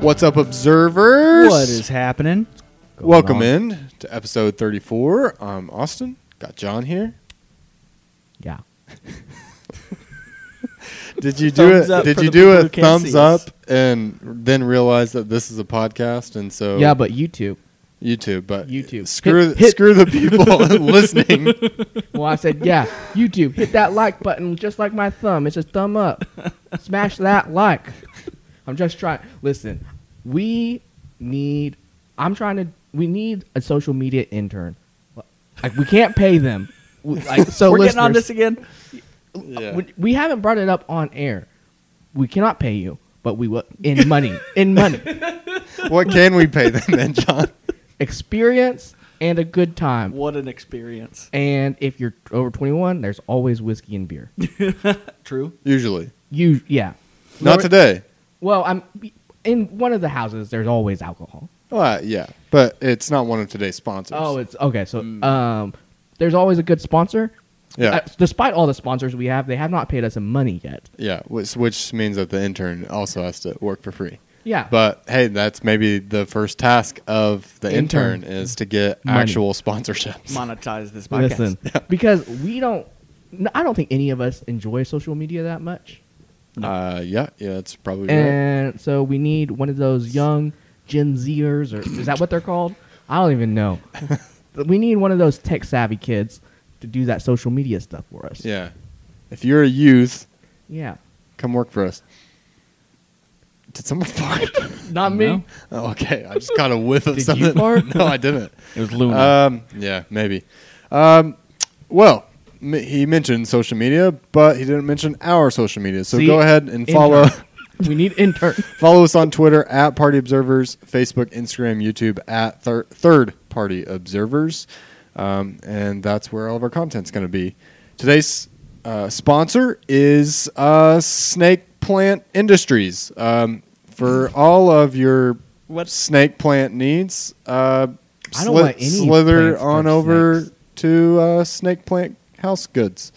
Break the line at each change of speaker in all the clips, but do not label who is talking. What's up, observers?
What is happening? Going
Welcome
on?
in to episode 34. I'm Austin. Got John here.
Yeah.
Did you do
Thumbs
it?
up
Did
for
you do
the people
a
who can't
thumbs
see us.
up and then realize that this is a podcast and so
Yeah, but YouTube.
YouTube, but
YouTube.
Screw
Hit- hit-
screw the people listening.
Well, I said, yeah, YouTube, hit that like button just like my thumb. It's a thumb up. Smash that like. I'm just trying. Listen, we need. I'm trying to. We need a social media intern. Like we can't pay them. We- Like so,
We're getting on
listeners,
this again.
Yeah.
we, we haven't brought it up on air. We cannot pay you, but we will in money. In money,
What can we pay them then, John?
experience and a good time.
What an experience.
And if you're over 21, there's always whiskey and beer.
True.
Usually,
You yeah.
not
Lower-
today.
Well, I'm in one of the houses. There's always alcohol.
Well, uh, yeah, but it's not one of today's sponsors.
Oh, it's okay. So, um, there's always a good sponsor.
yeah,
Uh, despite all the sponsors we have, they have not paid us some money yet.
yeah, which, which means that the intern also has to work for free.
Yeah,
But hey, that's maybe the first task of the intern,
Intern.
is to get
Money.
actual sponsorships.
Monetize this podcast.
listen, because we don't. n- I don't think any of us enjoy social media that much,
Uh, yeah, yeah, that's probably right.
and so we need one of those young Gen Zers, or is that what they're called? I don't even know. we need one of those tech savvy kids to do that social media stuff for us.
Yeah, if you're a youth,
yeah.
come work for us. Did someone fart?
Not me.
No.
oh, okay, I just got a whiff of
Did you
something.
fart?
No, I didn't.
It was Luna.
Um, yeah, maybe. Um, well, m- he mentioned social media, but he didn't mention our social media. So
See,
go ahead and follow.
intern. we need intern.
Follow us on Twitter at Party Observers, Facebook, Instagram, YouTube at thir- Third Party Observers. Um, and that's where all of our content's going to be. Today's uh, sponsor is uh, Snake Plant Industries. Um, for all of your
What-
snake plant needs, uh,
I
sli-
don't want any
slither
plants
on
or
over
snakes.
to uh, Snake Plant House Goods,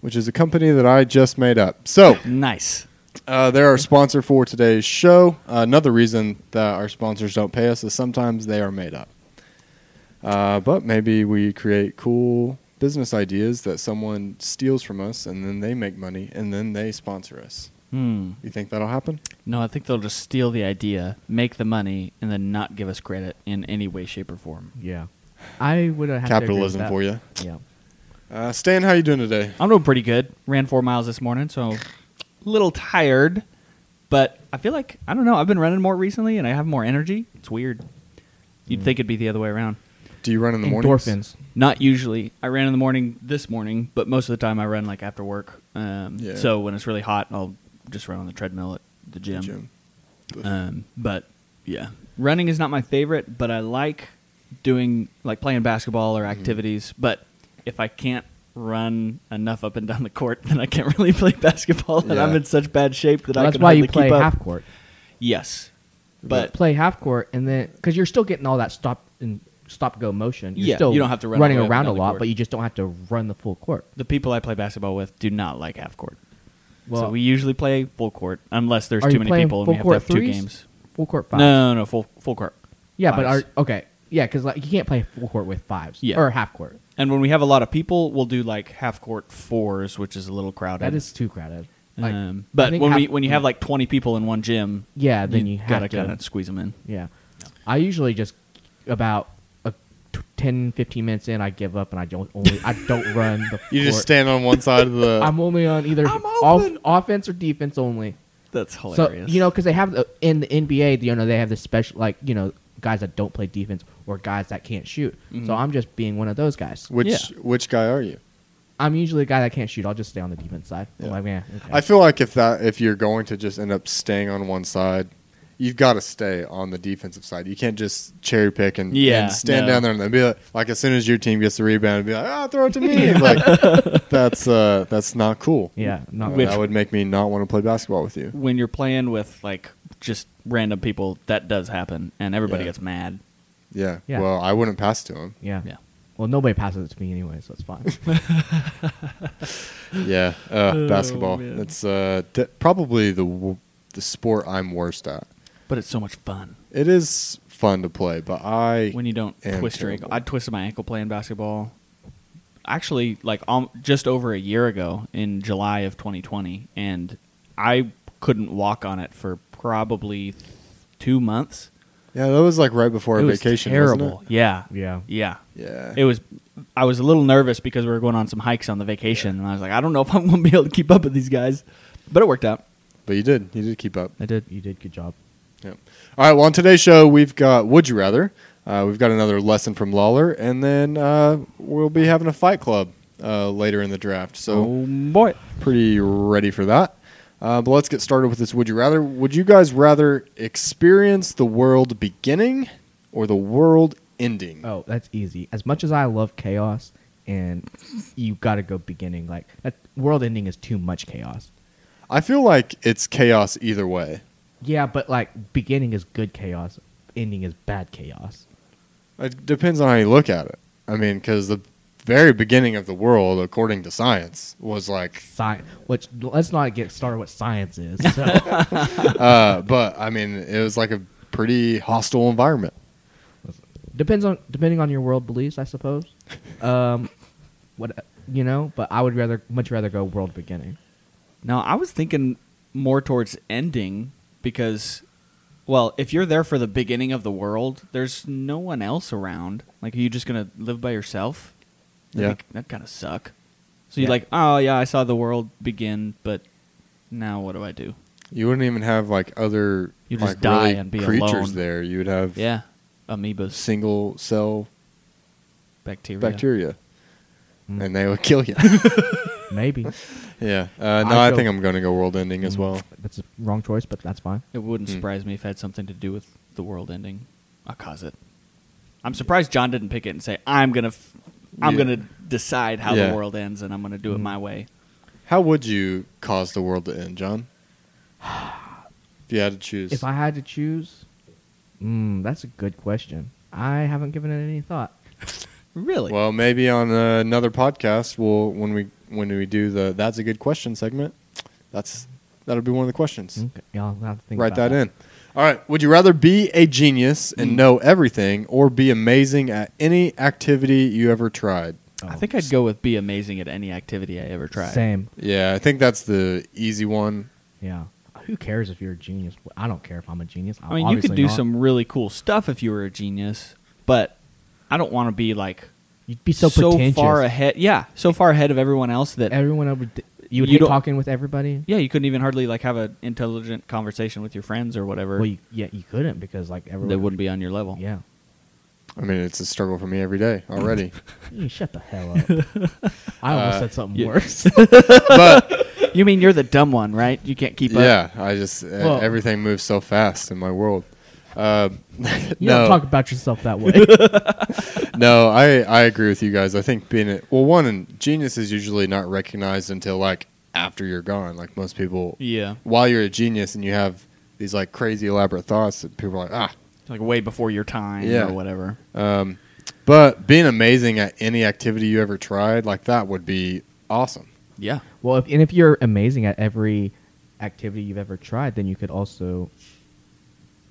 which is a company that I just made up. So.
Nice.
Uh, they're our sponsor for today's show. Uh, another reason that our sponsors don't pay us is sometimes they are made up. Uh, but maybe we create cool business ideas that someone steals from us and then they make money and then they sponsor us.
Hmm.
You think that'll happen?
No, I think they'll just steal the idea, make the money, and then not give us credit in any way, shape, or form.
Yeah, I would have
Capitalism for you.
Yeah,
Uh, Stan, how you doing today?
I'm doing pretty good. Ran four miles this morning, so a little tired. But I feel like, I don't know, I've been running more recently and I have more energy. It's weird. You'd think it'd be the other way around.
Do you run in the morning?
endorphins.
Not usually. I ran in the morning this morning, but most of the time I run like after work. Um,
Yeah.
So when it's really hot, I'll just run on the treadmill at the gym.
Jim.
Um, but yeah, running is not my favorite, but I like doing like playing basketball or activities. But if I can't run enough up and down the court, then I can't really play basketball, and
Yeah.
I'm in such bad shape that I
that's
can
why you
hardly
play
keep up.
half court.
Yes, but
play half court, and then because you're still getting all that stop and stop go motion. You're
Yeah,
still
you don't have to run all
running
the way up and
around a
down the
lot,
court.
but you just don't have to run the full court.
the people I play basketball with do not like half court. so
Well-
we usually play full court unless there's
Are
too
you
many
playing
people and
full
we have to
court
have two
threes?
games.
Full court
No,
five.
no, no, full full court.
yeah, but
fives.
are okay. Yeah, because like you can't play full court with fives
Yeah.
or half court.
and when we have a lot of people, we'll do like half court fours, which is a little crowded.
That is too crowded. Like,
um,
I
but
think
when
half-
we when you have like twenty people in one gym,
Yeah, then you have
gotta
to-
kind of squeeze them in.
yeah, I usually just about a t- 10, 15 minutes in, I give up and I don't only I don't run the.
You just
court.
stand on one side of the.
I'm only on either
I'm
off,
open.
offense or defense only.
That's hilarious.
So you know, because they have the, in the NBA, you know, they have the special like you know guys that don't play defense or guys that can't shoot. So I'm just being one of those guys.
which
Yeah.
which guy are you?
I'm usually a guy that can't shoot. I'll just stay on the defense side. I'm
Yeah.
like, man, okay.
I feel like if that if you're going to just end up staying on one side, you've got to stay on the defensive side. You can't just cherry pick and,
Yeah,
and stand
no.
down there and then be like, like as soon as your team gets the rebound, be like, ah, throw it to me. like that's uh, that's not cool.
yeah,
Uh,
not
Which-
that would make me not want to play basketball with you.
when you're playing with like just random people, that does happen, and everybody
Yeah.
gets mad.
Yeah.
Yeah.
Well, I wouldn't pass to him.
yeah.
Yeah.
Well, nobody passes it to me anyway, so it's fine.
Yeah.
Oh,
Uh, basketball. That's uh, de- probably the w- the sport I'm worst at.
But it's so much fun
It is fun to play, but I
when you don't
And
twist your ankle.
terrible.
I twisted my ankle playing basketball. Actually, like um, just over a year ago in July of 2020, and I couldn't walk on it for probably two months.
yeah, that was like right before
it
our
was
vacation. wasn't
terrible.
it?
Yeah,
Yeah.
yeah.
Yeah.
It was. I was a little nervous because we were going on some hikes on the vacation, and I was like, I don't know if I'm going to be able to keep up with these guys, but it worked out.
but you did. You did keep up.
I did.
You did good job.
Yeah. All right. Well, on today's show, we've got Would You Rather. Uh, we've got another lesson from Lawler, and then uh, we'll be having a fight club uh, later in the draft. So
Oh boy.
pretty ready for that. Uh, but let's get started with this. Would you rather? Would you guys rather experience the world beginning or the world ending?
Oh.
That's easy. As much as I love chaos, and you gotta go beginning. Like that world ending is too much chaos.
I feel like it's chaos either way.
Yeah, but like beginning is good chaos, ending is bad chaos.
It depends on how you look at it. I mean, because the very beginning of the world, according to science, was like
Science. Which let's not get started what science is. So.
uh, but I mean, it was like a pretty hostile environment.
depends on depending on your world beliefs, I suppose. Um, what you know, but I would rather much rather go world beginning.
No, I was thinking more towards ending because, well, if you're there for the beginning of the world, there's no one else around. Like, are you just gonna live by yourself? That'd
Yeah.
be- that kind of suck. So you're
Yeah.
like, oh yeah, I saw the world begin, but now what do I do?
You wouldn't even have like other
You'd
like,
just die
really
and be
creatures
alone.
there. You would have
Yeah, amoebas,
single cell
bacteria.
bacteria,
Mm.
and they would kill you.
Maybe
yeah. Uh, no,
I
I,
feel- Mm.
think I'm going to go world ending as well.
that's a wrong choice, but that's fine.
It wouldn't
Hmm.
surprise me if it had something to do with the world ending. I'll cause it. I'm surprised John didn't pick it and say, "I'm gonna, f- I'm
Yeah.
gonna decide how
Yeah. Hmm.
the world ends, and I'm gonna do it my way."
How would you cause the world to end, John? If you had to choose,
If I had to choose, mm, that's a good question. I haven't given it any thought.
Really?
well, maybe on uh, another podcast, we'll when we when we do the that's a good question segment. That's that'll be one of the questions.
Okay, y'all have to think
Write
about Mm.
that, in. All right. Would you rather be a genius and know everything or be amazing at any activity you ever tried?
I think I'd go with be amazing at any activity I ever tried.
Same.
Yeah, I think that's the easy one.
Yeah. Who cares if you're a genius? I don't care if I'm a genius. I'm
I mean, you could
obviously
do
not.
some really cool stuff if you were a genius, but I don't want to be like
You'd be so, pretentious.
far ahead. Yeah, so far ahead of everyone else that
Everyone over. You would
You
hate
don't-
talking with everybody.
yeah, you couldn't even hardly like have an intelligent conversation with your friends or whatever.
Well, you, yeah, you couldn't because like everyone.
they wouldn't be on your level.
Yeah.
I mean, it's a struggle for me every day already.
You shut the hell up. I almost
Uh,
said something
yeah.
worse.
but
You mean you're the dumb one, right? You can't keep up.
yeah, I just e,
Well-
everything moves so fast in my world. Uh,
You
no,
don't talk about yourself that way.
no, I I agree with you guys. I think being a, well, one and genius is usually not recognized until like after you're gone. Like most people,
Yeah.
while you're a genius and you have these like crazy elaborate thoughts, and people are like, ah,
Like way before your time
Yeah.
or whatever.
Um, but being amazing at any activity you ever tried, like that would be awesome.
Yeah.
well, if, and if you're amazing at every activity you've ever tried, then you could also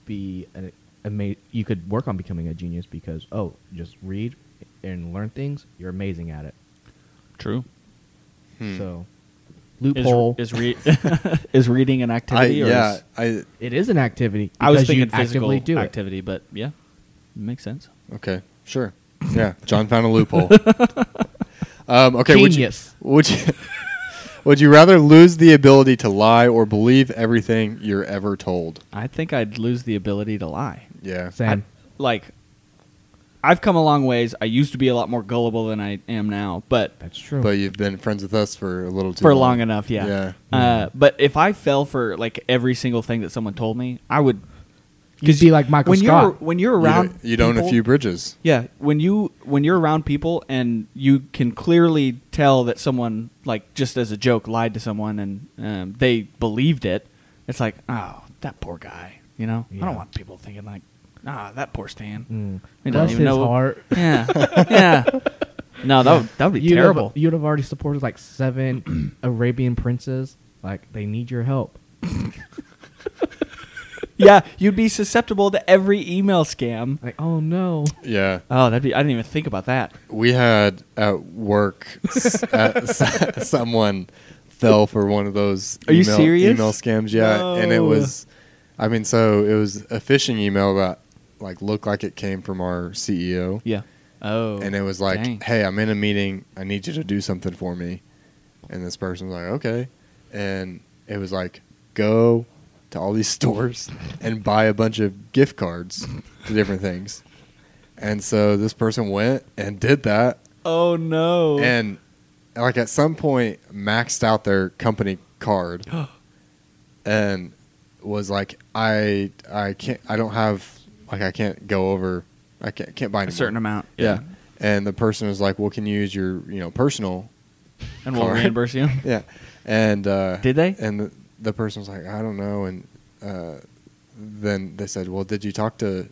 be an ama- You could work on becoming a genius because oh, just read and learn things. You're amazing at it.
True.
Hmm.
So
Is,
loophole.
is, re- is reading an
I,
activity? or
yeah,
is-
I
it is an activity.
I was
because you
thinking physical
actively do it.
activity, but yeah, makes sense.
okay, sure, yeah. John found a loophole. um, okay,
Genius.
Would you, would you would you rather lose the ability to lie or believe everything you're ever told?
I think I'd lose the ability to lie.
Yeah,
Sam,
Like, I've come a long ways. I used to be a lot more gullible than I am now, but
that's true.
but you've been friends with us for a little too
for long enough, yeah.
yeah.
Uh, but if I fell for like every single thing that someone told me, I would.
You'd be like Michael
when You're,
Scott.
when you're
You
around,
don't- you don't a
people-
few bridges.
Yeah, when you when you're around people and you can clearly tell that someone like just as a joke lied to someone and um, they believed it, it's like oh that poor guy, you know. I
Yeah.
don't want people thinking like ah that poor Stan.
Mm.
He doesn't
Bless
even
his
know-
heart.
Yeah, yeah. No, that would, that would be
you'd
terrible.
Have, you'd have already supported like seven Arabian princes. Like they need your help.
yeah, you'd be susceptible to every email scam.
Like, oh no.
Yeah.
Oh, that'd be. I didn't even think about that.
We had at work s- at, s- someone fell for one of those
Are you
email,
serious?
email scams. Yeah, and it
No.
was, I mean, so it was a phishing email that like looked like it came from our CEO,
Yeah. Oh.
and it was like,
dang.
"Hey, I'm in a meeting. I need you to do something for me," and this person was like, "Okay," and it was like, "Go." To all these stores and buy a bunch of gift cards to different things. And so this person went and did that
Oh no.
and like at some point maxed out their company card and was like i i can't i don't have like i can't go over i can't, can't buy
a
anymore.
certain amount.
yeah. and the person was like well can you use your you know personal
And we'll
Card.
reimburse you.
yeah and uh
Did they?
and the, the person was like i don't know and uh then they said well did you talk to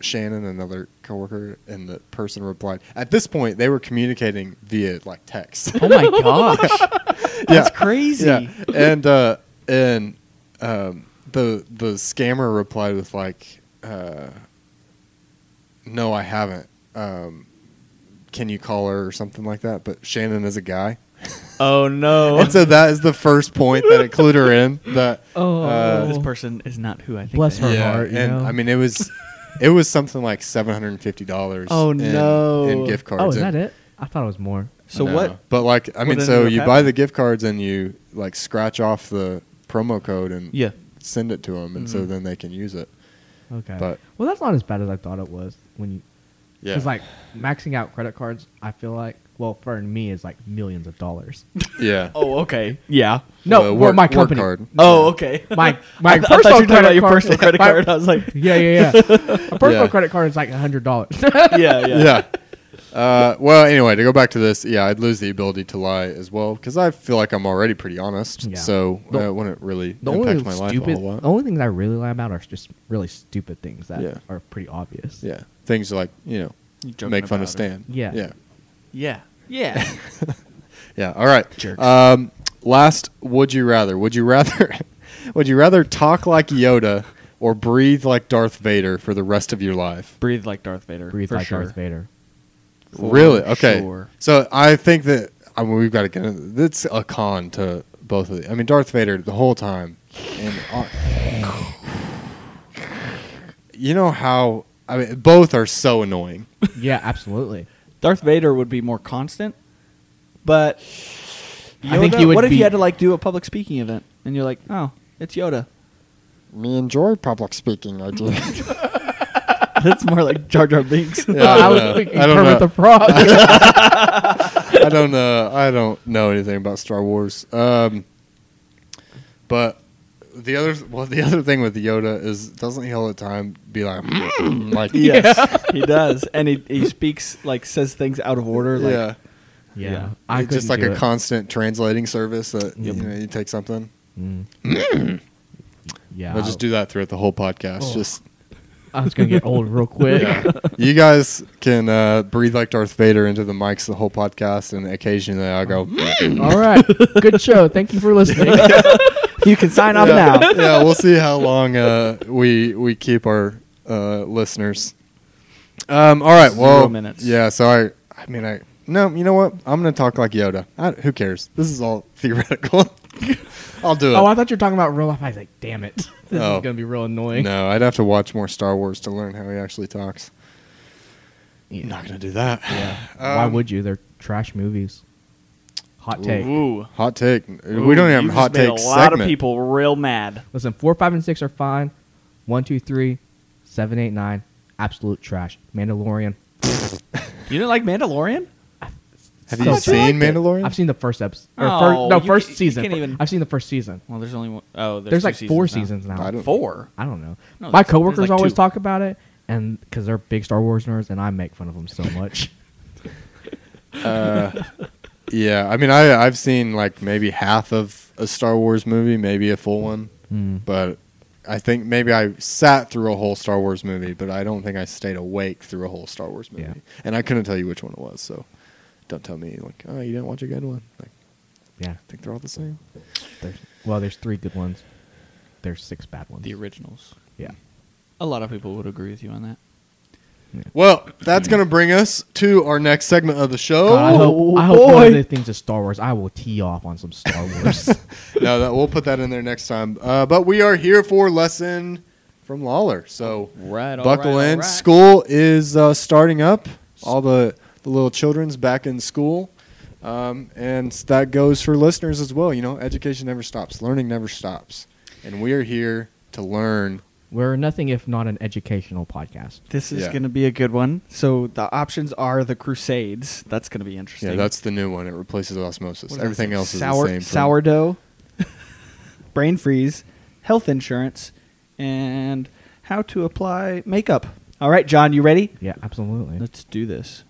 shannon another coworker and the person replied at this point they were communicating via like text
Oh my gosh. That's crazy.
Yeah, and uh, and um, the the scammer replied with like, uh, "No, I haven't. Um, can you call her or something like that?" But Shannon is a guy,
Oh no.
and so that is the first point that it clued her in that.
Oh.
uh,
this person is not who I think.
Bless
they
her
are.
yeah,
heart, you
and
know?
I mean it was. It was something like seven hundred and fifty dollars.
Oh,
in,
no.
In gift cards.
Oh, is
And-
that it? I thought it was more.
So
No.
what?
But like, I
what
mean,
ended
so
up
you buy
happening?
the gift cards and you like scratch off the promo code and
Yeah.
send it to them, and so
Mhm.
then they can use it.
Okay.
But-
well, that's not as bad as I thought it was when you.
Yeah,
Because like maxing out credit cards, I feel like well for me is like millions of dollars.
yeah.
Oh okay. Yeah.
No,
The
well,
work-
my
work
company.
card.
Oh okay.
My
I
my
th- I thought you
personal
were talking
credit
about your
card.
personal credit
my-
card. I was like,
yeah, yeah, yeah. A personal
Yeah.
credit card is like hundred dollars.
yeah, yeah.
yeah. Uh, well, anyway, to go back to this, yeah, I'd lose the ability to lie as well because I feel like I'm already pretty honest,
Yeah.
so uh,
The-
it wouldn't really
the only
impact my life a
stupid,
whole lot.
the only things I really lie about are just really stupid things that
Yeah.
are pretty obvious.
yeah, things like you know,
You joking
make fun of
about it.
Stan.
Yeah.
yeah,
Yeah. Yeah.
yeah. All right.
Jerks.
Um, last, would you rather? Would you rather? would you rather talk like Yoda or breathe like Darth Vader for the rest of your life?
Breathe like Darth Vader.
Breathe
for
like
sure.
Darth Vader.
For
really? Okay.
sure.
So I think that I mean we've got to get into that's a con to both of the. I mean Darth Vader the whole time, and uh, you know how I mean both are so annoying.
Yeah, absolutely.
Darth Vader would be more constant, but
I think
Yoda-
he would
What if
be-
you had to like do a public speaking event and you're like, oh, it's Yoda.
Me enjoy public speaking. I do.
That's more like Jar Jar Binks.
Yeah, I
I
don't
was
know.
thinking
I don't
Kermit
know.
the Frog.
I don't know. I don't know anything about Star Wars. Um, but the other well, the other thing with Yoda is doesn't he all the time be like "Mm," like
yes, he does, and he he speaks like says things out of order. Like,
yeah.
yeah,
Yeah.
I
it's just
couldn't
like
do
a
it.
constant translating service that
Yep.
you know you take something.
Mm. yeah,
I'll just do that throughout the whole podcast.
Oh.
Just
I was gonna get old real quick.
yeah. you guys can uh, breathe like Darth Vader into the mics the whole podcast, and occasionally I go.
All right, good show. Thank you for listening.
you can sign off
yeah,
now.
yeah, we'll see how long uh, we we keep our uh, listeners. Um. All right.
Zero
Well.
minutes.
Yeah. So I. I mean. I. No. You know what? I'm gonna talk like Yoda. I, who cares? This is all theoretical. I'll do it.
oh, I thought you were talking about real life. I was like, damn it, this
Oh.
is gonna be real annoying.
no, I'd have to watch more Star Wars to learn how he actually talks.
Yeah.
Not gonna Um, do that.
Why would you? They're trash movies. Hot take.
Ooh.
Hot take. we don't
Ooh,
even have
you
a hot
just made
take
A lot
segment.
of people real mad.
Listen, four, five, and six are fine. One, two, three, seven, eight, nine, absolute trash. Mandalorian.
You didn't like Mandalorian?
Have
So
you
trash.
seen Mandalorian?
I've seen the first episode. Or
Oh,
fir- no,
you
first
ca- you
season.
can't even-
I've seen the first season.
Well, there's only one oh
There's,
there's,
like
two
four
seasons
seasons now.
I don't-
Four.
I don't know.
No,
My
there's- there's
coworkers
like
always
two.
talk about it, and because they're big Star Wars nerds, and I make fun of them so much.
Uh, yeah, I mean, I I've seen like maybe half of a Star Wars movie, maybe a full one,
Hmm.
but I think maybe I sat through a whole Star Wars movie, but I don't think I stayed awake through a whole Star Wars movie,
Yeah.
and I couldn't tell you which one it was. So don't tell me like, oh, you didn't watch a good one. Like,
yeah.
I think they're all the same.
There's, well, there's three good ones.
there's six bad ones.
The originals.
yeah.
A lot of people would agree with you on that.
Well, that's going to bring us to our next segment of the show.
God, I hope, I hope one
Oh, boy.
of the things is Star Wars. I will tee off on some Star Wars.
no, that, we'll put that in there next time. Uh, but we are here for lesson from Lawler. So
Right, all
buckle
right, all
in.
right.
School is uh, starting up. All the, the little children's back in school. Um, and that goes for listeners as well. You know, education never stops, learning never stops. And we are here to learn.
We're nothing if not an educational podcast.
This is
Yeah.
going to be a good one. So the options are the Crusades. That's going to be interesting.
Yeah, that's the new one. It replaces osmosis.
What is that?
Everything else is
Sour-
the same. for-
Sourdough, brain freeze, health insurance, and how to apply makeup. All right, John, you ready?
Yeah, absolutely.
Let's do this.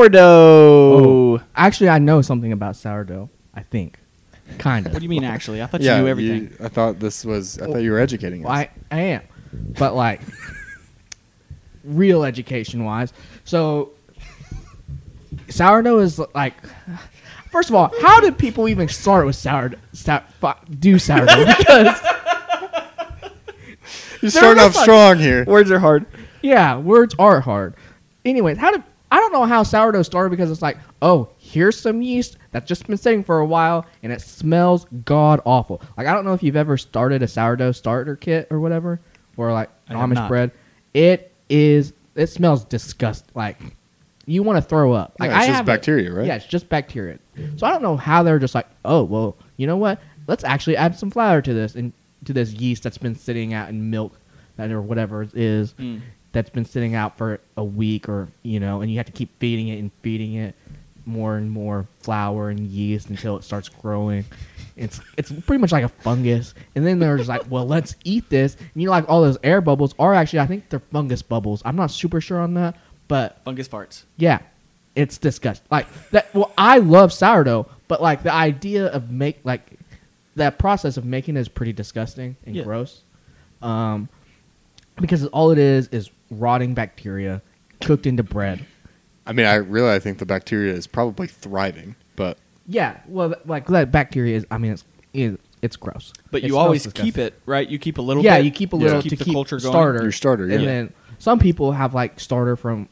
Sourdough.
Actually, I know something about sourdough.
I think.
Kind of.
What do you mean? Actually, I thought
yeah,
you knew everything.
I thought this was. I thought you were educating us.
Well, I, I am, but like real education wise. So sourdough is like. First of all, how did people even start with sourdough? Sour, fu- do sourdough because
You're starting
no
off
fuck-
strong here.
Words are hard.
yeah, words are hard. Anyways, how did I don't know how sourdough started because it's like, oh, here's some yeast that's just been sitting for a while and it smells god awful. Like I don't know if you've ever started a sourdough starter kit or whatever, or like
I have
Amish
not.
bread. It is. It smells disgust. Like you want to throw up. Like
Yeah, it's
I
just
haven't-
bacteria, right?
Yeah, it's just bacteria. So I don't know how they're just like, oh well, you know what? Let's actually add some flour to this and to this yeast that's been sitting out in milk that or whatever it is
Mm.
that's been sitting out for a week or you know, and you have to keep feeding it and feeding it more and more flour and yeast until it starts growing. It's it's pretty much like a fungus. And then they're just like, well, let's eat this. And you know, like all those air bubbles are actually I think they're fungus bubbles. I'm not super sure on that, but
Fungus parts.
yeah, it's disgusting. Like that. Well, I love sourdough, but like the idea of make like that process of making it is pretty disgusting and
Yeah.
gross. Um, because all it is is rotting bacteria cooked into bread.
I mean, I really I think the bacteria is probably thriving, but
Yeah, well, th- like that bacteria is. I mean, it's it, it's gross.
But
It
you
smells
always
disgusting.
keep it right. You keep a little.
yeah,
bit
you keep a
Yeah.
little
To
to
keep the
keep
culture going.
starter.
Your starter,
and
yeah.
then some people have like starter from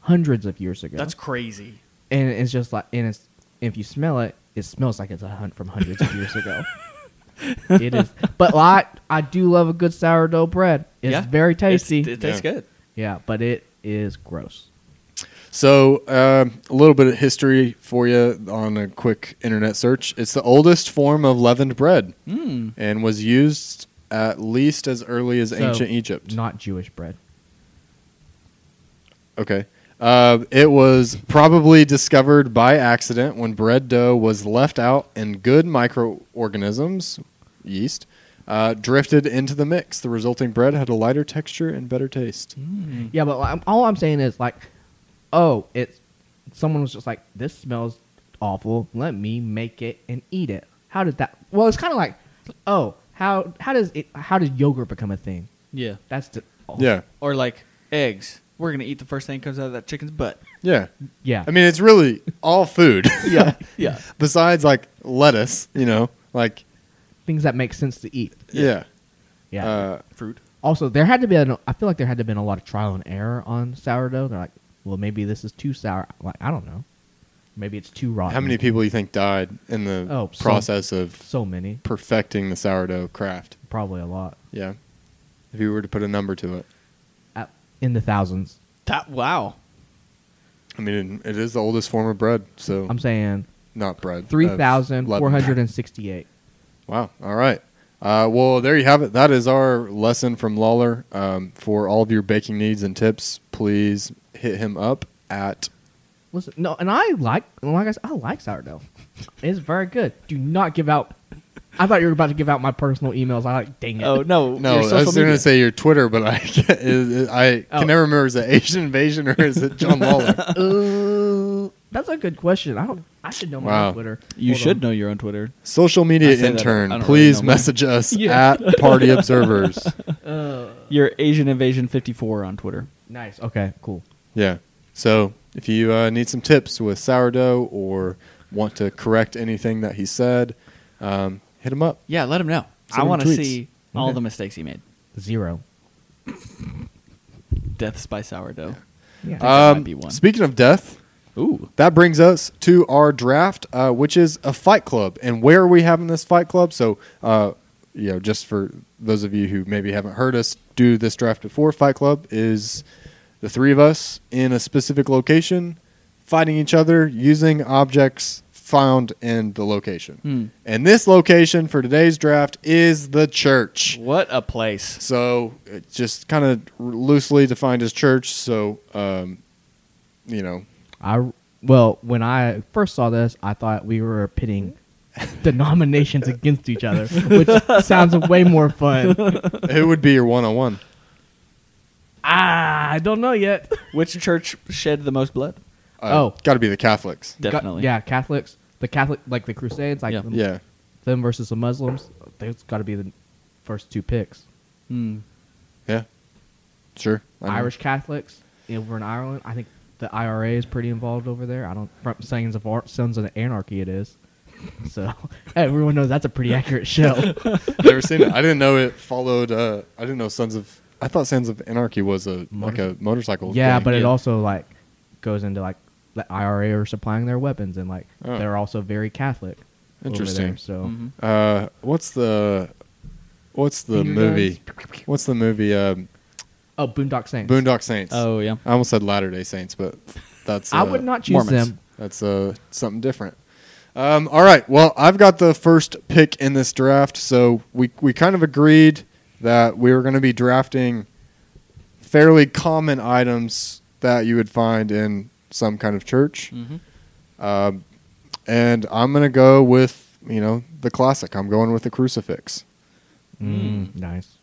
hundreds of years ago.
That's crazy.
and it's just like and it's if you smell it it smells like it's a hunt from hundreds of years ago it is but I i do love a good sourdough bread it's
Yeah.
very tasty
It's- it tastes
Yeah.
good.
yeah but it is gross
so um, a little bit of history for you on a quick internet search. It's the oldest form of leavened bread
Mm.
and was used at least as early as
Hmm. So,
ancient Egypt.
not jewish bread
Okay. Uh, it was probably discovered by accident when bread dough was left out and good microorganisms, yeast, uh, drifted into the mix. The resulting bread had a lighter texture and better taste.
Hmm. yeah but like, all i'm saying is like oh it's someone was just like this smells awful let me make it and eat it how did that well it's kind of like oh how how does it how did yogurt become a thing
Yeah.
that's the oh,
Yeah.
Or like eggs. We're gonna eat the first thing that comes out of that chicken's butt.
Yeah.
yeah
I mean, it's really all food.
Yeah. yeah.
Besides like lettuce, you know, like
things that make sense to eat
yeah.
yeah
Uh,
Fruit.
Also, there had to be. An, I feel like there had to been a lot of trial and error on sourdough. They're like, well, maybe this is too sour. Like, I don't know. Maybe it's too rotten.
how many people do you think died in the
Oh, so-
process of
So many.
perfecting the sourdough craft?
Probably a lot.
Yeah. If you were to put a number to it.
At, in the thousands.
That wow.
I mean, it is the oldest form of bread, so
I'm saying
not bread.
three
of
thousand four hundred
leaven.
and sixty-eight.
Wow. All right. Uh, well, there you have it. That is our lesson from Lawler. Um, for all of your baking needs and tips, please hit him up at.
Listen, no, and I like, like I said, I like sourdough. It's very good. Do not give out. I thought you were about to give out my personal emails. I like, dang it.
Oh no.
No,
your
I
social
was going
media.
to say your Twitter, but I can't, is, is- I
Oh.
can never remember is it Asian Invasion or is it John Lawler?
Uh, that's a good question. I don't. I should know my
Wow.
Twitter.
You
Hold
should
on.
know your own Twitter.
Social media
I say that,
intern,
I don't really
please
know mine.
message us
Yeah.
at Party Observers.
Your Asian Invasion 54 on Twitter.
Nice. Okay. Cool.
Yeah. So if you uh, need some tips with sourdough or want to correct anything that he said, um, hit him up.
Yeah, let him know.
Send
I
him
want to
tweets.
see all
Okay.
the mistakes he made.
Zero.
Deaths by sourdough.
Yeah.
Uh, that might
Um,
be one.
Speaking of death,
Ooh.
that brings us to our draft, uh, which is a fight club. And where are we having this fight club? So, uh, you know, just for those of you who maybe haven't heard us do this draft before, fight club is the three of us in a specific location fighting each other using objects found in the location.
Hmm.
And this location for today's draft is the church.
What a place.
So it just kind of loosely defined as church. So, um, you know,
I well, when I first saw this, I thought we were pitting denominations against each other, which sounds way more fun.
who would be your one on one?
Ah, I don't know yet.
Which church shed the most blood?
Oh.
got to Uh, be the Catholics.
Got-
Definitely.
yeah, Catholics, the Catholic like the Crusades, like
Yeah.
them,
Yeah,
them versus the Muslims. There's got to be the first two picks.
Hmm.
yeah, sure. I mean,
Irish Catholics over in Ireland. I think the IRA is pretty involved over there. I don't from Sons of Ar- Sons of Anarchy. It is. So everyone knows that's a pretty accurate show.
never seen it. I didn't know it followed. Uh, I didn't know Sons of. I thought Sons of Anarchy was a like a motorcycle.
yeah,
gang.
but it
yeah.
also like goes into like the IRA are supplying their weapons and like
Oh.
they're also very Catholic. over
Interesting.
there, so
Mhm.
Uh, what's the what's the
You
movie? What's the movie? Um,
oh, Boondock Saints.
Boondock Saints.
Oh, yeah.
I almost said Latter Day Saints, but that's.
I
uh,
would not choose
Mormons.
them.
That's uh, something different. Um, all right. Well, I've got the first pick in this draft, so we we kind of agreed that we were going to be drafting fairly common items that you would find in some kind of church,
Mhm.
um, and I'm going to go with you know the classic. I'm going with the crucifix,
Mm, nice.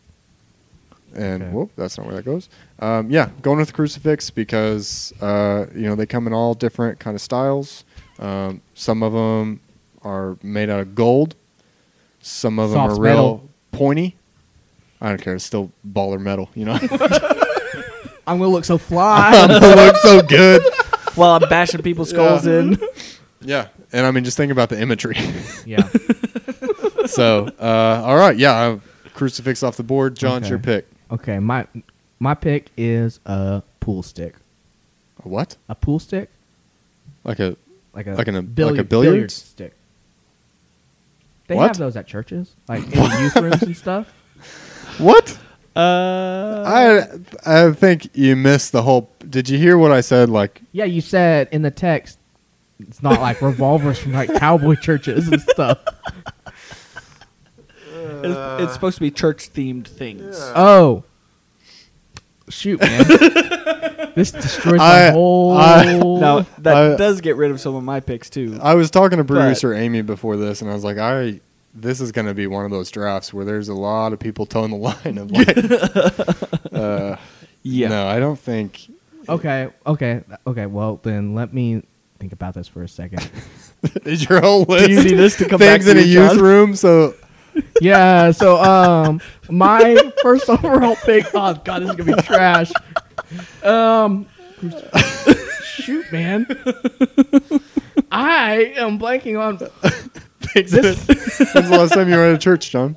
and
Okay.
whoop, that's not where that goes. Um, yeah, going with the crucifix because uh, you know they come in all different kind of styles. Um, some of them are made out of gold. Some of them
Soft
are real
metal.
pointy. I don't care. It's still baller metal. You know, it
I'm gonna look so fly.
looks so good.
While I'm bashing people's skulls
Yeah.
in.
Yeah, and I mean, just think about the imagery.
yeah.
so, uh, all right, yeah, uh, crucifix off the board. John's
Okay.
your pick.
Okay. My my pick is a pool stick.
A what?
A pool stick.
Like a
like a
Like an- like a billiards?
billiard, billiard stick. They
What?
have those at churches, like in the youth rooms and stuff.
what?
Uh,
I I think you missed the whole. Did you hear what I said? Like
Yeah, you said in the text, it's not like revolvers from like cowboy churches and stuff.
it's, it's supposed to be church themed things.
Oh, shoot, man! this destroys
I-
my whole.
I-
Now, that
I-
does get rid of some of my picks, too.
I was talking to
But-
producer Amy before this, and I was like, I this is going to be one of those drafts where there's a lot of people toeing the line of like, uh,
yeah.
no, I don't think
okay, okay, okay. Well, then let me think about this for a second.
is your whole list
Do you need this to come back
things
to
in a
you,
youth
John?
room. So
yeah. So, um, my first overall pick. Oh God, this is gonna be trash. Um, shoot, man. I am blanking on.
things in a- when's the last time you were at a church, John?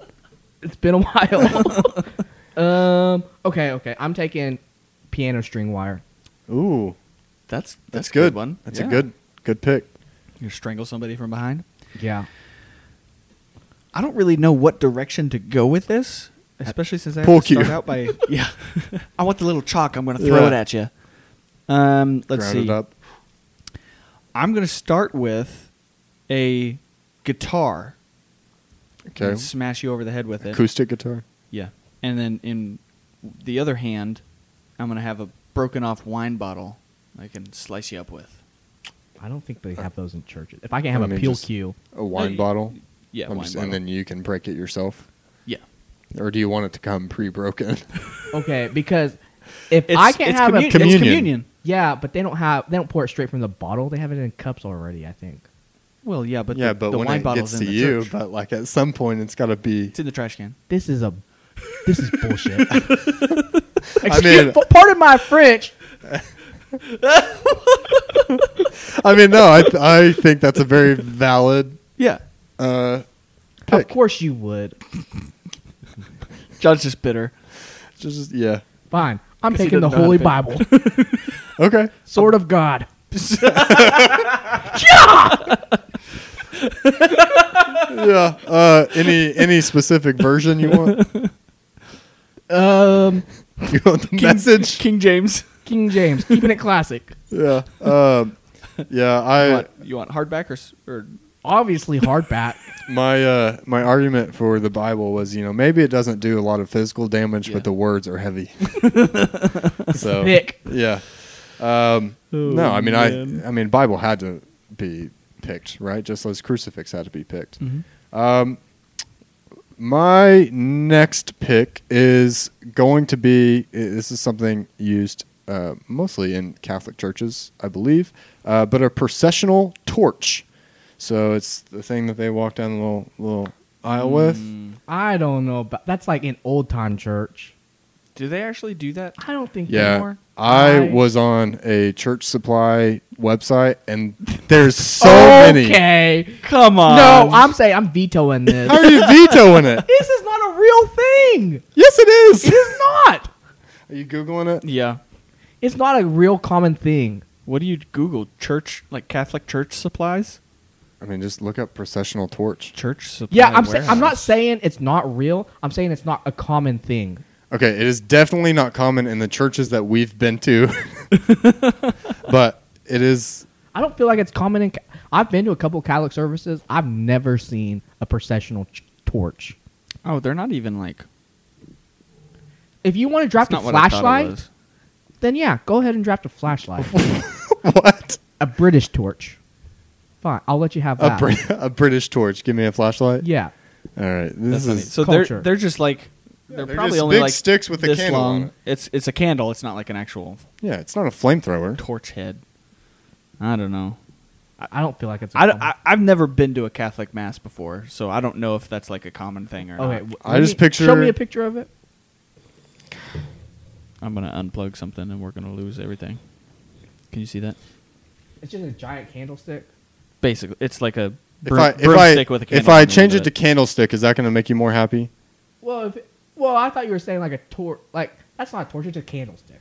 It's been a while. um. Okay. Okay. I'm taking piano string wire.
Ooh,
That's, that's,
that's,
a
good.
one.
That's a
Yeah.
good good pick.
You strangle somebody from behind.
Yeah.
I don't really know what direction to go with this, especially since I
Pool
have to start
cue.
out by yeah. I want the little chalk. I'm going to throw
Yeah.
it at you. Um, let's
Ground
see.
it up.
I'm going to start with a guitar.
Okay,
And smash you over the head with it.
acoustic guitar.
Yeah. And then in the other hand, I'm going to have a broken off wine bottle I can slice you up with.
I don't think they have those in churches. If I can have
I
a
mean,
peel
just-
cue,
A wine
y-
bottle.
Yeah,
I'm
wine
just-
bottle.
and then you can break it yourself,
yeah.
or do you want it to come pre-broken?
okay, because if
It's,
I can't
it's
have
commun-
a
commu-
It's
Communion.
communion.
yeah, but they don't have they don't pour it straight from the bottle. They have it in cups already. I think.
Well, yeah, but
yeah,
the,
but
the
when
wine
it
bottle's
gets to
in the
you,
church.
but like at some point, it's got to be.
it's in the trash can.
this is a this is bullshit.
I mean,
Part of my French.
I mean, no, I I think that's a very valid.
Yeah.
Uh,
Of
pick.
Oh,
course you would.
John's just bitter.
just yeah.
Fine. I'm
'Cause he
taking the
doesn't know how
Holy
to
Bible,
Okay.
Sword of God.
Yeah. Uh, any any specific version you want?
Um,
You want the message?
King James.
King James, keeping it classic.
Yeah. Um, yeah.
You
I
want, you want hardback or, s- or
Obviously, hardback.
my uh my argument for the Bible was you know maybe it doesn't do a lot of physical damage,
Yeah.
but the words are heavy. so
Thick.
yeah. Um, Oh. no, I mean
man.
I I mean Bible had to be picked right, just as crucifix had to be picked.
Mhm.
Um, my next pick is going to be i- this is something used uh, mostly in Catholic churches, I believe, uh, but a processional torch. So it's the thing that they walk down the little little aisle with.
I don't know, but that's like in old time church.
Do they actually do that?
I don't think
Yeah.
anymore.
I
I-
was on a church supply website and there's so many.
Okay.
Come on.
No, I'm saying I'm vetoing
How
this.
are you vetoing it?
this is not a real thing.
Yes, it is.
It is not.
Are you Googling it?
Yeah.
It's not a real common thing.
What do you Google? Church, like Catholic church supplies?
I mean, just look up processional torch.
Church supplies.
Yeah, I'm saying I'm not saying it's not real. I'm saying it's not a common thing.
Okay, it is definitely not common in the churches that we've been to, but it is.
I don't feel like it's common in. Ca- I've been to a couple Catholic services. I've never seen a processional ch- torch.
Oh, they're not even like.
If you want to
That's
draft a
not what I thought it
flashlight,
was.
then yeah, go ahead and draft a flashlight.
What?
a British torch. Fine, I'll let you have
A,
that.
Brit a British torch. Give me a flashlight.
yeah,
All right. This
That's funny.
is.
So
culture.
they're they're just like they're,
they're
probably
just
only
big
like
sticks with a
this
candle on
long.
it.
It's it's a candle. It's not like an actual
Yeah, it's not a flamethrower.
torch head. I don't know.
I I don't feel like it's. a
I,
common-
have never been to a Catholic mass before, so I don't know if that's like a common thing or
okay,
not.
w-
I
let
just
me- Show
picture-
me a picture of it.
I'm gonna unplug something and we're gonna lose everything. Can you see that?
It's just a giant candlestick.
Basically, it's like a
If
broom,
I if I
broomstick with a candle.
if I
on the end
change
of
it to candlestick, is that going to make you more happy?
Well, if well, I thought you were saying like a torch. Like that's not a torch. It's a candlestick.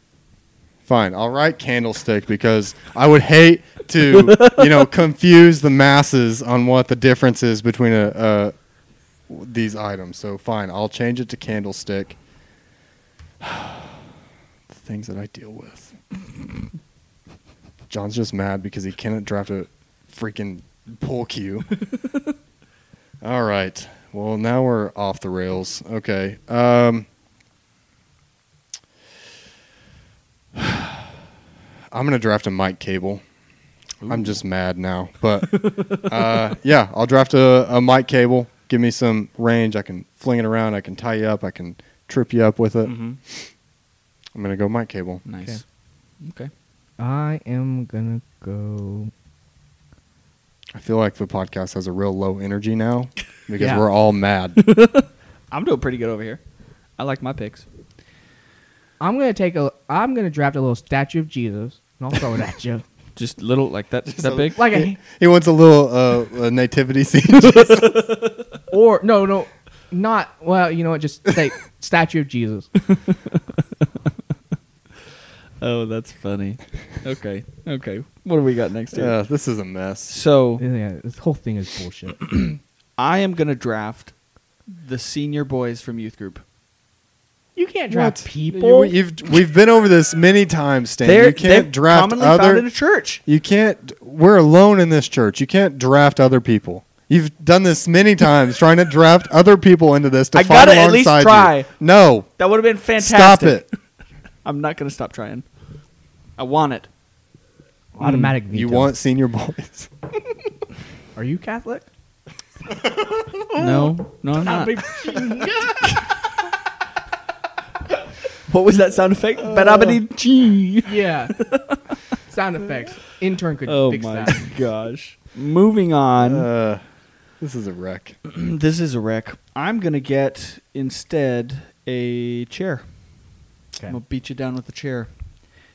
Fine, I'll write candlestick because I would hate to, you know, confuse the masses on what the difference is between a, a these items. So fine, I'll change it to candlestick. the things that I deal with. John's just mad because he cannot draft a freaking pull cue. All right. Well, now we're off the rails. Okay. Um, I'm gonna draft a mic cable. I'm just mad now, but uh, yeah, I'll draft a, a mic cable. Give me some range. I can fling it around. I can tie you up. I can trip you up with it.
Mhm.
I'm gonna go mic cable.
Nice. Okay.
I am gonna go.
I feel like the podcast has a real low energy now because
Yeah.
we're all mad.
I'm doing pretty good over here. I like my picks.
I'm gonna take a. I'm gonna draft a little statue of Jesus and I'll throw it at you.
Just little like that. that
a-
big.
Like a
he, he wants a little uh, a nativity scene.
or no no, not well. You know what? Just say statue of Jesus.
oh, that's funny. okay. Okay. What do we got next? Here?
yeah, this is a mess.
So
Yeah, this whole thing is bullshit.
I am gonna draft the senior boys from youth group.
You can't draft
What?
people.
You, have we've been over this many times, Stan. you
they're
can't draft
commonly
other.
found in a church.
You can't. We're alone in this church. You can't draft other people. You've done this many times, trying to draft other people into this to
I
fight
gotta at least
alongside
try.
you. No,
That would have been fantastic.
stop it.
I'm not gonna stop trying. I want it.
Automatic veto.
You want senior boys?
Are you Catholic?
No, no, I'm
Ah.
not.
Big-
What was that sound effect? Badabadi G.
yeah. Sound effects. Intern could
Oh
fix
my
that.
gosh. Moving on.
Uh, this is a wreck.
this is a wreck. I'm gonna get instead a chair. I'm gonna beat you down with the chair.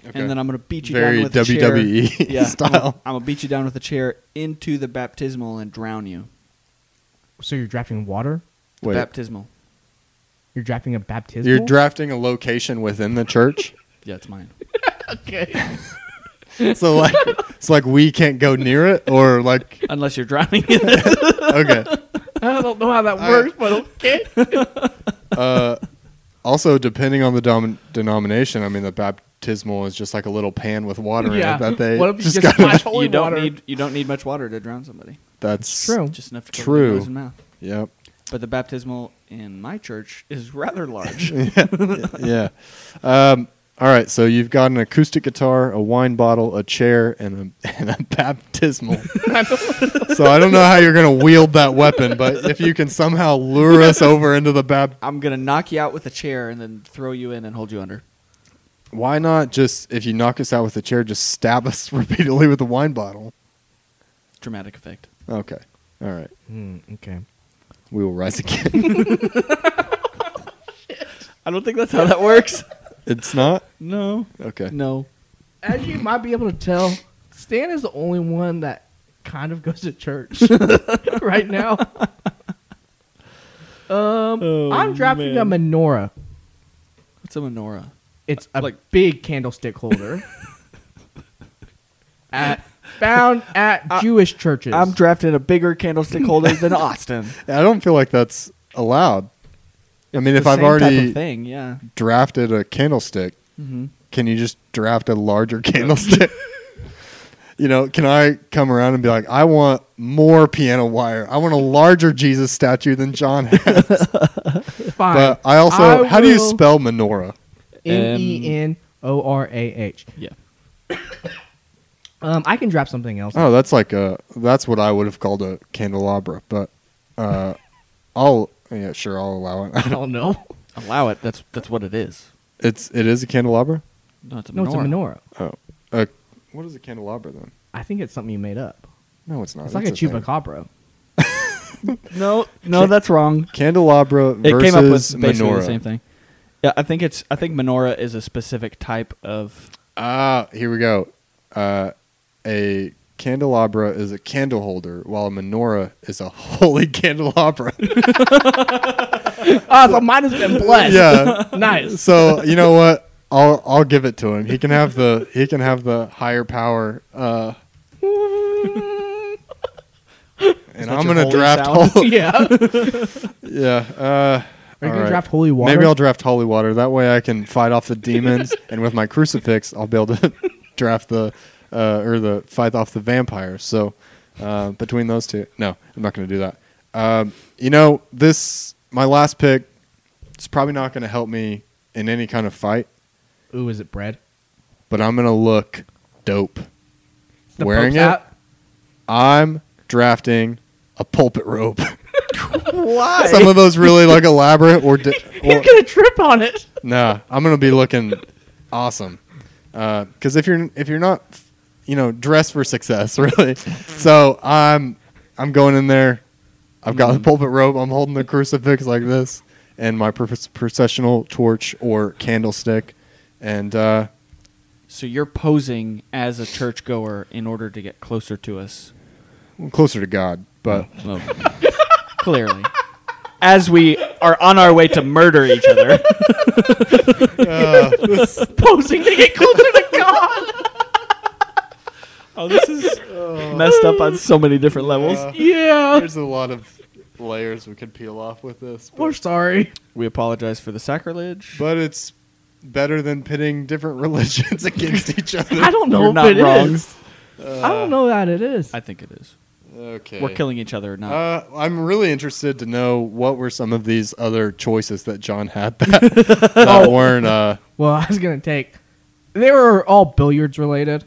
Okay.
and then I'm going to beat you
Very
down with a chair.
WWE
Yeah, I'm gonna-
style.
I'm going to beat you down with a chair into the baptismal and drown you.
So you're drafting water?
The
Wait.
baptismal.
You're drafting a baptismal?
You're drafting a location within the church.
Yeah, it's mine.
so like it's like we can't go near it or like
Unless you're drowning in it.
okay.
I don't know how that
I-
works, but okay.
Uh, also depending on the dom- denomination, I mean the baptismal is just like a little pan with water in
Yeah.
it that they
What if you
just,
just
got
splash Holy
you don't
water.
need you don't need much water to drown somebody.
That's
True.
Just enough to cover
True.
their nose and mouth.
Yep.
But the baptismal in my church is rather large.
yeah. Um, all right. So you've got an acoustic guitar, a wine bottle, a chair, and a, and a baptismal. so I don't know how you're going to wield that weapon, but if you can somehow lure us over into the bab,
I'm gonna knock you out with a chair and then throw you in and hold you under.
why not just if you knock us out with a chair, just stab us repeatedly with a wine bottle?
Dramatic effect.
Okay. All right.
Hmm, okay.
We will rise again.
I don't think that's how that works.
it's not
No.
okay.
No.
As you might be able to tell, Stan is the only one that kind of goes to church right now. Um, I'm drafting a menorah.
What's a menorah?
It's a
Like-
big candlestick holder. at found at Jewish churches.
I'm drafting a bigger candlestick holder than Austin.
I don't feel like that's allowed. I mean, if
The
I've
same type of
already
thing, yeah.
drafted a candlestick,
Mm-hmm.
can you just draft a larger candlestick? you know, can I come around and be like, I want more piano wire. I want a larger Jesus statue than John had.
Fine.
But I also,
I
how do you
will-
spell menorah?
N E N O R A H.
Yeah.
Um, I can draft something else.
Oh, that's like a, that's what I would have called a candelabra. But uh, I'll, yeah, sure, I'll allow
I
it.
don't know.
Allow it. That's that's what it is.
It's, it is a candelabra.
No, it's a menorah.
No, it's a menorah.
Oh, uh, what is a candelabra then?
I think it's something you made up.
No, it's not.
It's like a
thing.
chupacabra.
No, no, that's wrong.
Candelabra
It
versus
came up with basically
menorah.
the same thing. Yeah, I think it's. I think menorah is a specific type of.
Ah, here we go. Uh, a candelabra is a candle holder, while a menorah is a holy candelabra.
Oh, so mine has been blessed.
yeah.
Nice.
So you know what? I'll I'll give it to him. He can have the he can have the higher power. Uh, and I'm
your
gonna
holy
draft.
sound?
Holy,
yeah. Are you
yeah. Uh, all
gonna
right.
draft holy water?
Maybe I'll draft holy water. That way I can fight off the demons, and with my crucifix, I'll be able to draft the uh, or the fight off the vampires. So uh, between those two, no, I'm not going to do that. Um, you know, this my last pick. It's probably not going to help me in any kind of fight,
Ooh, is it bread?
but I'm going to look dope
The
wearing
Pope's
it.
hat?
I'm drafting a pulpit robe.
Why?
Some of those really like elaborate or, di-
You're
or
gonna trip on it.
Nah, I'm gonna be looking awesome. Because if you're if you're not, you know, dressed for success, really. So I'm I'm going in there. I've got
Mm-hmm.
the pulpit robe. I'm holding the crucifix like this, and my pro- processional torch or candlestick, and uh,
So you're posing as a churchgoer in order to get closer to us.
closer to God. But
Well, clearly, as we are on our way to murder each other.
Posing to get closer to God.
Oh, this is messed up on so many different levels.
Yeah.
there's a lot of layers we could peel off with this.
We're sorry.
We apologize for the sacrilege.
But it's better than pitting different religions against each other.
I don't know
You're
if
not
it
wrong.
is. I don't know that it is.
I think it is.
Okay.
We're killing each other, not
Uh, I'm really interested to know what were some of these other choices that John had that,
Oh.
that weren't. Uh,
well, I was gonna take. They were all billiards related.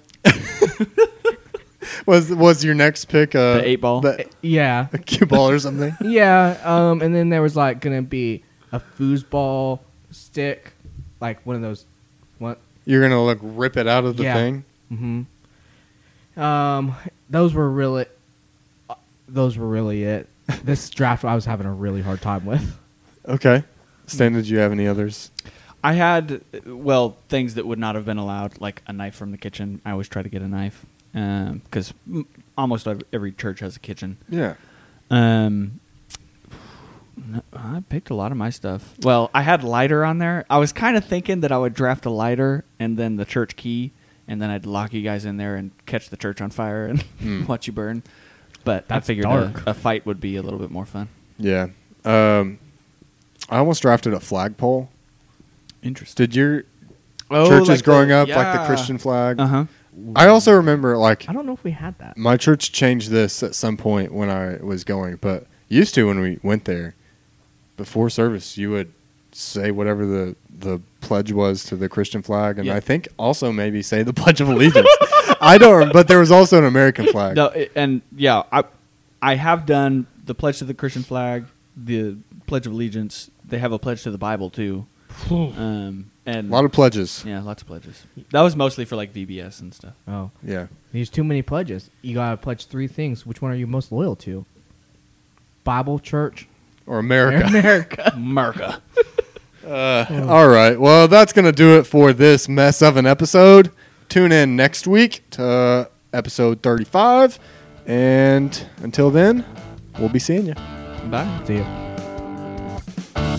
was was your next pick uh,
The eight ball?
the-
Yeah.
a cue ball or something?
Yeah, um, and then there was like gonna be a foosball stick, like one of those. What?
You're gonna like rip it out of the
Yeah.
thing.
Mm-hmm. Um, those were really, uh, those were really it. This draft I was having a really hard time with.
Okay, Stan, did you have any others?
I had well things that would not have been allowed, like a knife from the kitchen. I always try to get a knife because m almost ev- every church has a kitchen.
Yeah.
Um, no, I picked a lot of my stuff. Well, I had lighter on there. I was kind of thinking that I would draft a lighter and then the church key, and then I'd lock you guys in there and catch the church on fire and
Hmm.
watch you burn. But I
That's
figured
dark.
A, a fight would be a little bit more fun.
Yeah. Um, I almost drafted a flagpole.
Interesting.
Did your
Oh,
churches
like the-
growing up like the
yeah.
Christian flag?
Uh huh.
I also remember like
I don't know if we had that.
my church changed this at some point when I was going, but used to when we went there before service, you would say whatever the the pledge was to the Christian flag, and
Yeah.
I think also maybe say the Pledge of Allegiance. I don't, but there was also an American flag.
No, i- and yeah, I I have done the pledge to the Christian flag, the pledge of allegiance. They have a pledge to the Bible too. Um,
a
and
lot of pledges.
yeah, lots of pledges. That was mostly for like VBS and stuff.
Oh,
Yeah.
there's too many pledges. You gotta pledge three things. Which one are you most loyal to? Bible, church,
Or America.
America.
Merca.
All right. Well, that's going to do it for this mess of an episode. Tune in next week to uh, episode 35. And until then, we'll be seeing you.
Bye.
See ya.